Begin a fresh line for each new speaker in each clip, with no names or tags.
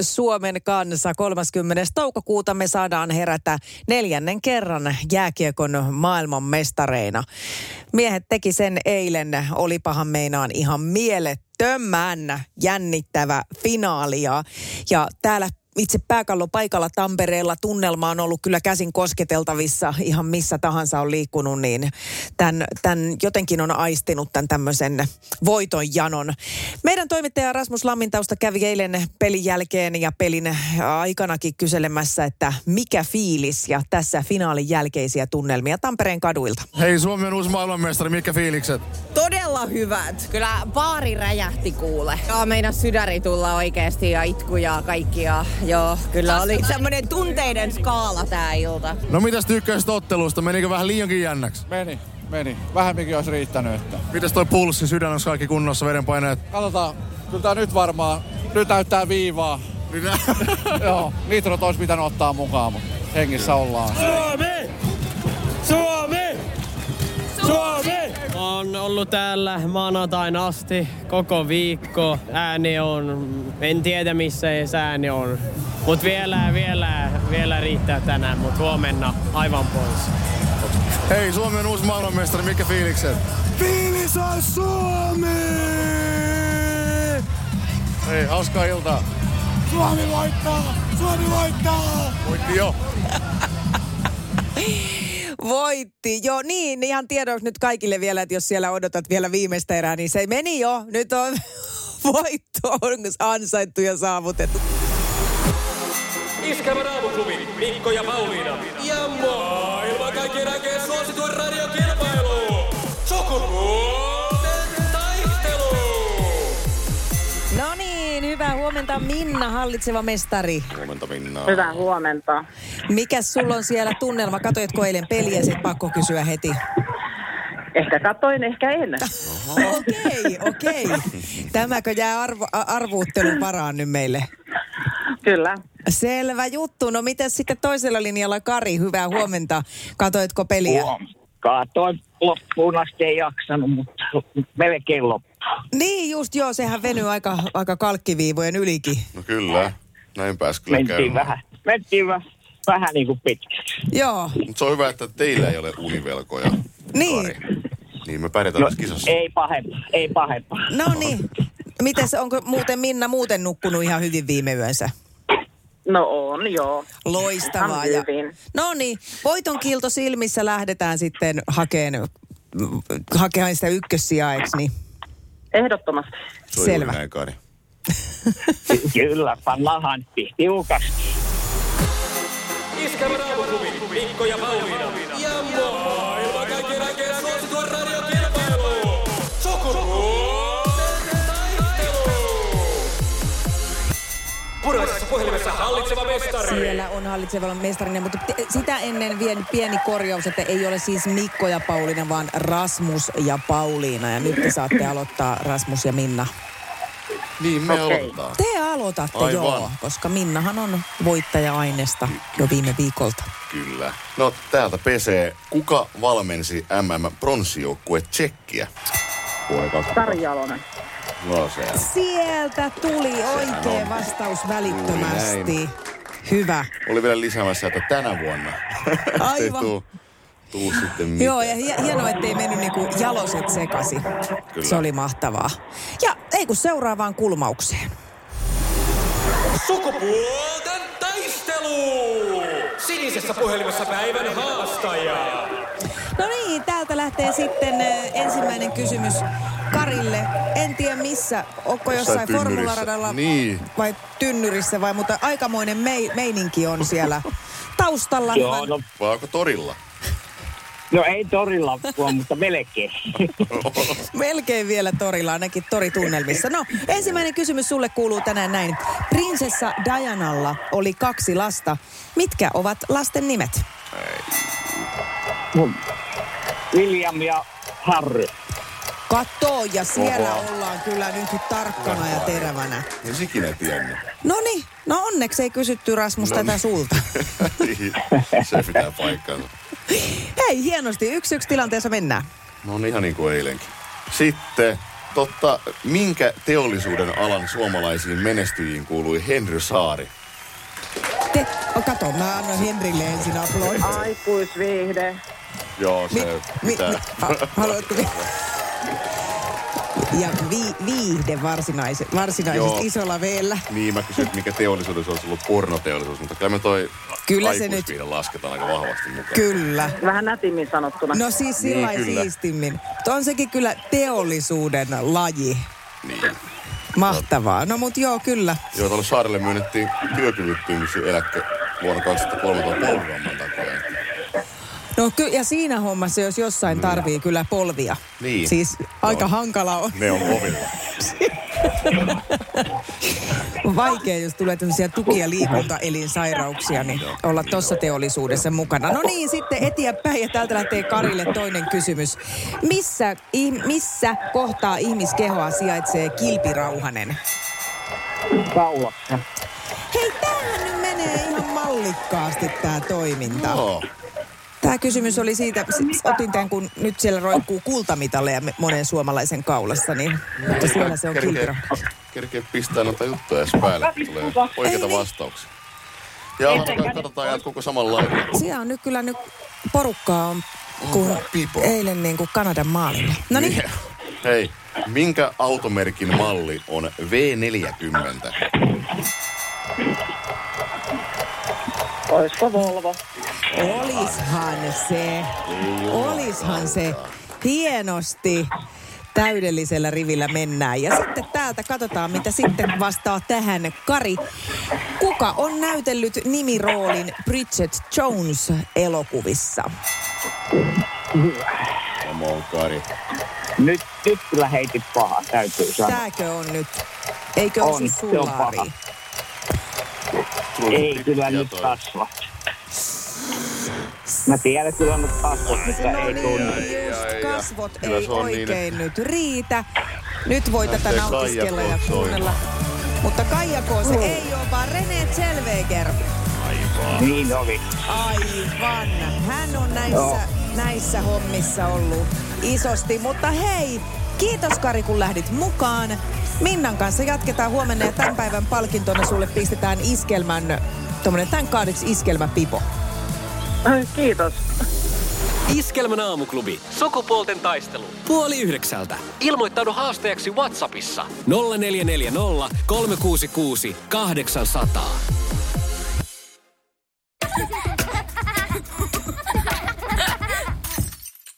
Suomen kanssa. 30. toukokuuta me saadaan herätä neljännen kerran jääkiekon maailmanmestareina. Miehet teki sen eilen, olipahan meinaan ihan mielettömän jännittävä finaalia. Ja täällä itse pääkallopaikalla Tampereella tunnelma on ollut kyllä käsin kosketeltavissa ihan missä tahansa on liikkunut, niin tämän, tämän jotenkin on aistinut tämän tämmöisen voiton janon. Meidän toimittaja Rasmus Lammintausta kävi eilen pelin jälkeen ja pelin aikanakin kyselemässä, että mikä fiilis ja tässä finaalin jälkeisiä tunnelmia Tampereen kaduilta.
Hei, Suomi on uusi maailmanmestari, mitkä fiilikset?
Todella hyvät. Kyllä baari räjähti kuule. Ja meidän sydäri tulla oikeasti ja itkuja kaikkia joo, kyllä oli semmoinen tunteiden skaala tää ilta.
No mitäs tykkäisit ottelusta? Menikö vähän liiankin jännäksi?
Meni, meni. Vähemminkin olisi riittänyt. Että.
Mitäs toi pulssi, sydän on kaikki kunnossa, verenpaineet?
Katsotaan, kyllä tää nyt varmaan, nyt näyttää viivaa. Mitä? joo, litrot olisi pitänyt ottaa mukaan, mutta hengissä ollaan.
Suomi! Suomi! Suomi!
On ollut täällä maanantain asti koko viikko. Ääni on, en tiedä missä edes ääni on. Mutta vielä, vielä, vielä riittää tänään, mutta huomenna aivan pois.
Hei, Suomi on uusi maailmanmestari, mikä fiilikset?
Fiilis on Suomi!
Hei, hauskaa iltaa.
Suomi voittaa! Suomi voittaa!
Voitti jo.
Voitti, joo niin, ihan tiedoksi nyt kaikille vielä, että jos siellä odotat vielä viimeistä erää, niin se meni jo. Nyt on voitto on ansaittu ja saavutettu.
Iskävä raamuklubi, Mikko ja Pauliina. Ja maailman kaikkien aikeen suosituen radiokilpailu. Sukupuolten taistelu.
No niin, hyvää huomenta Minna, hallitseva mestari.
Huomenta Minna.
Hyvää huomenta.
Mikä sulla on siellä tunnelma? Katoitko eilen peliä, sit pakko kysyä heti.
Ehkä katoin, ehkä en.
Okei, okei. Tämäkö jää arvo, a- arvuuttelun varaan nyt meille?
Kyllä.
Selvä juttu. No miten sitten toisella linjalla Kari, hyvää huomenta. Katoitko peliä?
Kaatoin loppuun asti, ei jaksanut, mutta melkein loppuun.
Niin just joo, sehän venyy aika, aika kalkkiviivojen ylikin.
No kyllä, näin pääs kyllä
Mentiin vähän, mentiin vähän, vähän niin kuin pitkäksi.
Joo,
Mut se on hyvä, että teillä ei ole univelkoja,
Niin.
Kari. Niin me pärjätään no, tässä kisassa.
ei pahempaa, ei pahempaa.
no niin. Mites, onko muuten Minna muuten nukkunut ihan hyvin viime yönsä?
No on, joo.
Loistavaa.
Ihan hyvin.
No niin, voiton kiilto silmissä lähdetään sitten hakeen, hakemaan sitä ykkössijaa, eikö niin?
Ehdottomasti.
Se on
selvä.
juuri Näin, Kari.
Kyllä, pannaan hantti, tiukasti.
Iskävä raamuklubi, Mikko ja Pauliina. Ja maailman kaikkien aikeen suosituen radiokilpailu. Sukupuolten taistelu. Punaisessa puhelimessa hallitseva mestari.
Siellä on hallitsevalla mestarinen, mutta te- sitä ennen vien pieni korjaus, että ei ole siis Mikko ja Pauliina, vaan Rasmus ja Pauliina. Ja nyt te saatte aloittaa Rasmus ja Minna.
Niin me okay.
Okei.
aloitetaan.
Te aloitatte
Aivan.
joo, koska Minnahan on voittaja-ainesta jo viime viikolta.
Kyllä. No täältä pesee. Kuka valmensi MM-pronssijoukkue Tsekkiä? Vuonna
Sari Jalonen.
No se on.
Sieltä tuli oikea
on.
vastaus
Juuri
välittömästi.
näin.
Hyvä.
Oli vielä lisäämässä, että tänä vuonna. Se ei
Aivan.
tuu, tuu sitten mitään.
Joo, ja hie- hienoa, ettei mennyt niinku jaloset sekasi.
Kyllä.
Se oli mahtavaa. Ja ei kun seuraavaan kulmaukseen.
Sukupuolten taistelu! Sinisessä puhelimessa päivän haastaja.
No niin, täältä lähtee sitten eh, ensimmäinen kysymys Karille. En tiedä missä, onko
Jossain
jossain
tynnyrissä.
formularadalla
Niin.
vai tynnyrissä vai, mutta aikamoinen mei- meininki on siellä taustalla.
Joo, no,
Vai onko torilla?
no ei torilla ole, mutta melkein.
Melkein vielä torilla, ainakin toritunnelmissa. No, ensimmäinen kysymys sulle kuuluu tänään näin. Prinsessa Dianalla oli kaksi lasta. Mitkä ovat lasten nimet?
William ja Harry.
Kato, ja siellä
Oho.
ollaan kyllä nyt tarkkana ja terävänä.
En sikinä tiennyt.
No niin, no onneksi ei kysytty Rasmus
No
tätä
niin.
sulta.
Niin, Se pitää paikkansa.
Hei, hienosti. Yksi yksi tilanteessa mennään.
No on ihan niin kuin eilenkin. Sitten, totta, minkä teollisuuden alan suomalaisiin menestyjiin kuului Henry Saari?
Te, oh, kato, mä annan Henrille ensin aplodit.
Aikuisviihde.
Joo, se
mi-
pitää.
mi- ha- haluatko vi- Ja vi, viihde varsinais, varsinaisesti
Joo.
isolla veellä.
Niin, mä kysyin, että mikä teollisuudessa olisi ollut pornoteollisuus, mutta kyllä me toi
Kyllä se
aikuisviihde lasketaan aika vahvasti mukaan.
Kyllä.
Vähän nätimmin sanottuna.
No siis sillä
Niin,
niin,
kyllä.
siistimmin. Mutta on sekin kyllä teollisuuden laji.
Niin.
Mahtavaa. No mut joo, kyllä.
Joo, tuolle saarelle myönnettiin työkyvyttömyyseläke vuonna 2013 polvivamman takia.
No ky- ja siinä hommassa, jos jossain tarvii kyllä polvia.
Niin.
Siis aika
No.
hankala on.
Ne on kovilla.
On Vaikea, jos tulee tämmöisiä tuki- ja liikuntaelinsairauksia, niin olla tuossa teollisuudessa mukana. No niin, sitten eteenpäin ja täältä lähtee Karille toinen kysymys. Missä, ih- missä kohtaa ihmiskehoa sijaitsee kilpirauhanen?
Kaulassa.
Hei, tämähän nyt menee ihan mallikkaasti tämä toiminta.
Joo.
Tämä kysymys oli siitä, s- otin tämän, kun nyt siellä roikkuu kultamitaleja me- monen suomalaisen kaulassa, niin mutta siellä se on
Kerkee-
kilpirauhanen.
Kerkeä pistää noita juttuja edes päälle, kun tulee oikeita vastauksia. Ja alkaa- katsotaan, jatkuuko samanlainen.
Siellä on nyt kyllä nyt porukkaa on kuin
people.
eilen niin kuin Kanadan maalilla. No niin,
Yeah. Hei, minkä automerkin malli on V40?
Olisiko Volvo?
olishan se. Olishan se. Hienosti. Täydellisellä rivillä mennään. Ja sitten täältä katsotaan, mitä sitten vastaa tähän Kari. Kuka on näytellyt nimiroolin Bridget Jones-elokuvissa?
Come on, Kari.
Nyt, nyt kyllä heitit pahaa, täytyy sanoa.
Tääkö on nyt? Eikö osu
On, se on paha.
sulaariin?
Ei kyllä nyt kasva. Mä tiedän kyllä nyt kasvot, mutta ei tunnu.
No niin, Just kasvot
Kyllä
ei
se on
oikein
niin.
nyt riitä. Nyt voi tätä
Lähtee
nautiskella ja
Kaija K.
kuunnella. Mutta Kaija K.
Mm.
se ei ole, vaan René Zellweger.
Niin oli.
Aivan. Hän on näissä, näissä hommissa ollut isosti. Mutta hei, kiitos Kari, kun lähdit mukaan. Minnan kanssa jatketaan huomenna ja tämän päivän palkintona sulle pistetään iskelmän, tommonen tämän kaadiksi iskelmäpipo.
Kiitos.
Iskelmän aamuklubi. Sukupuolten taistelu. Puoli yhdeksältä. Ilmoittaudu haastajaksi Whatsappissa. 0440 366 800.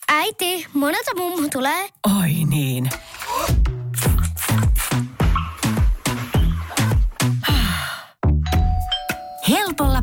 Äiti, monelta mummu tulee?
Ai niin. Helpolla